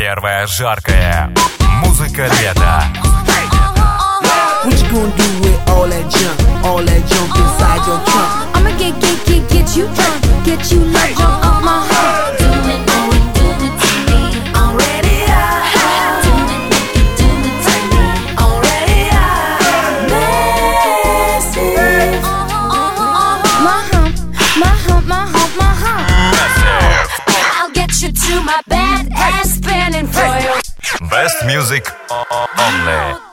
Первая жаркая. Музыка лета. What you gonna do with all that junk? All that junk inside your trunk? I'ma get, get, get, get you drunk, get you love drunk off my heart. Do it, do it, do it to me. Already I do it, do it, do it to me. Already I messy. My hump, my hump, my hump, my hump. I'll get you to my bed ass spinning for you. Best music only.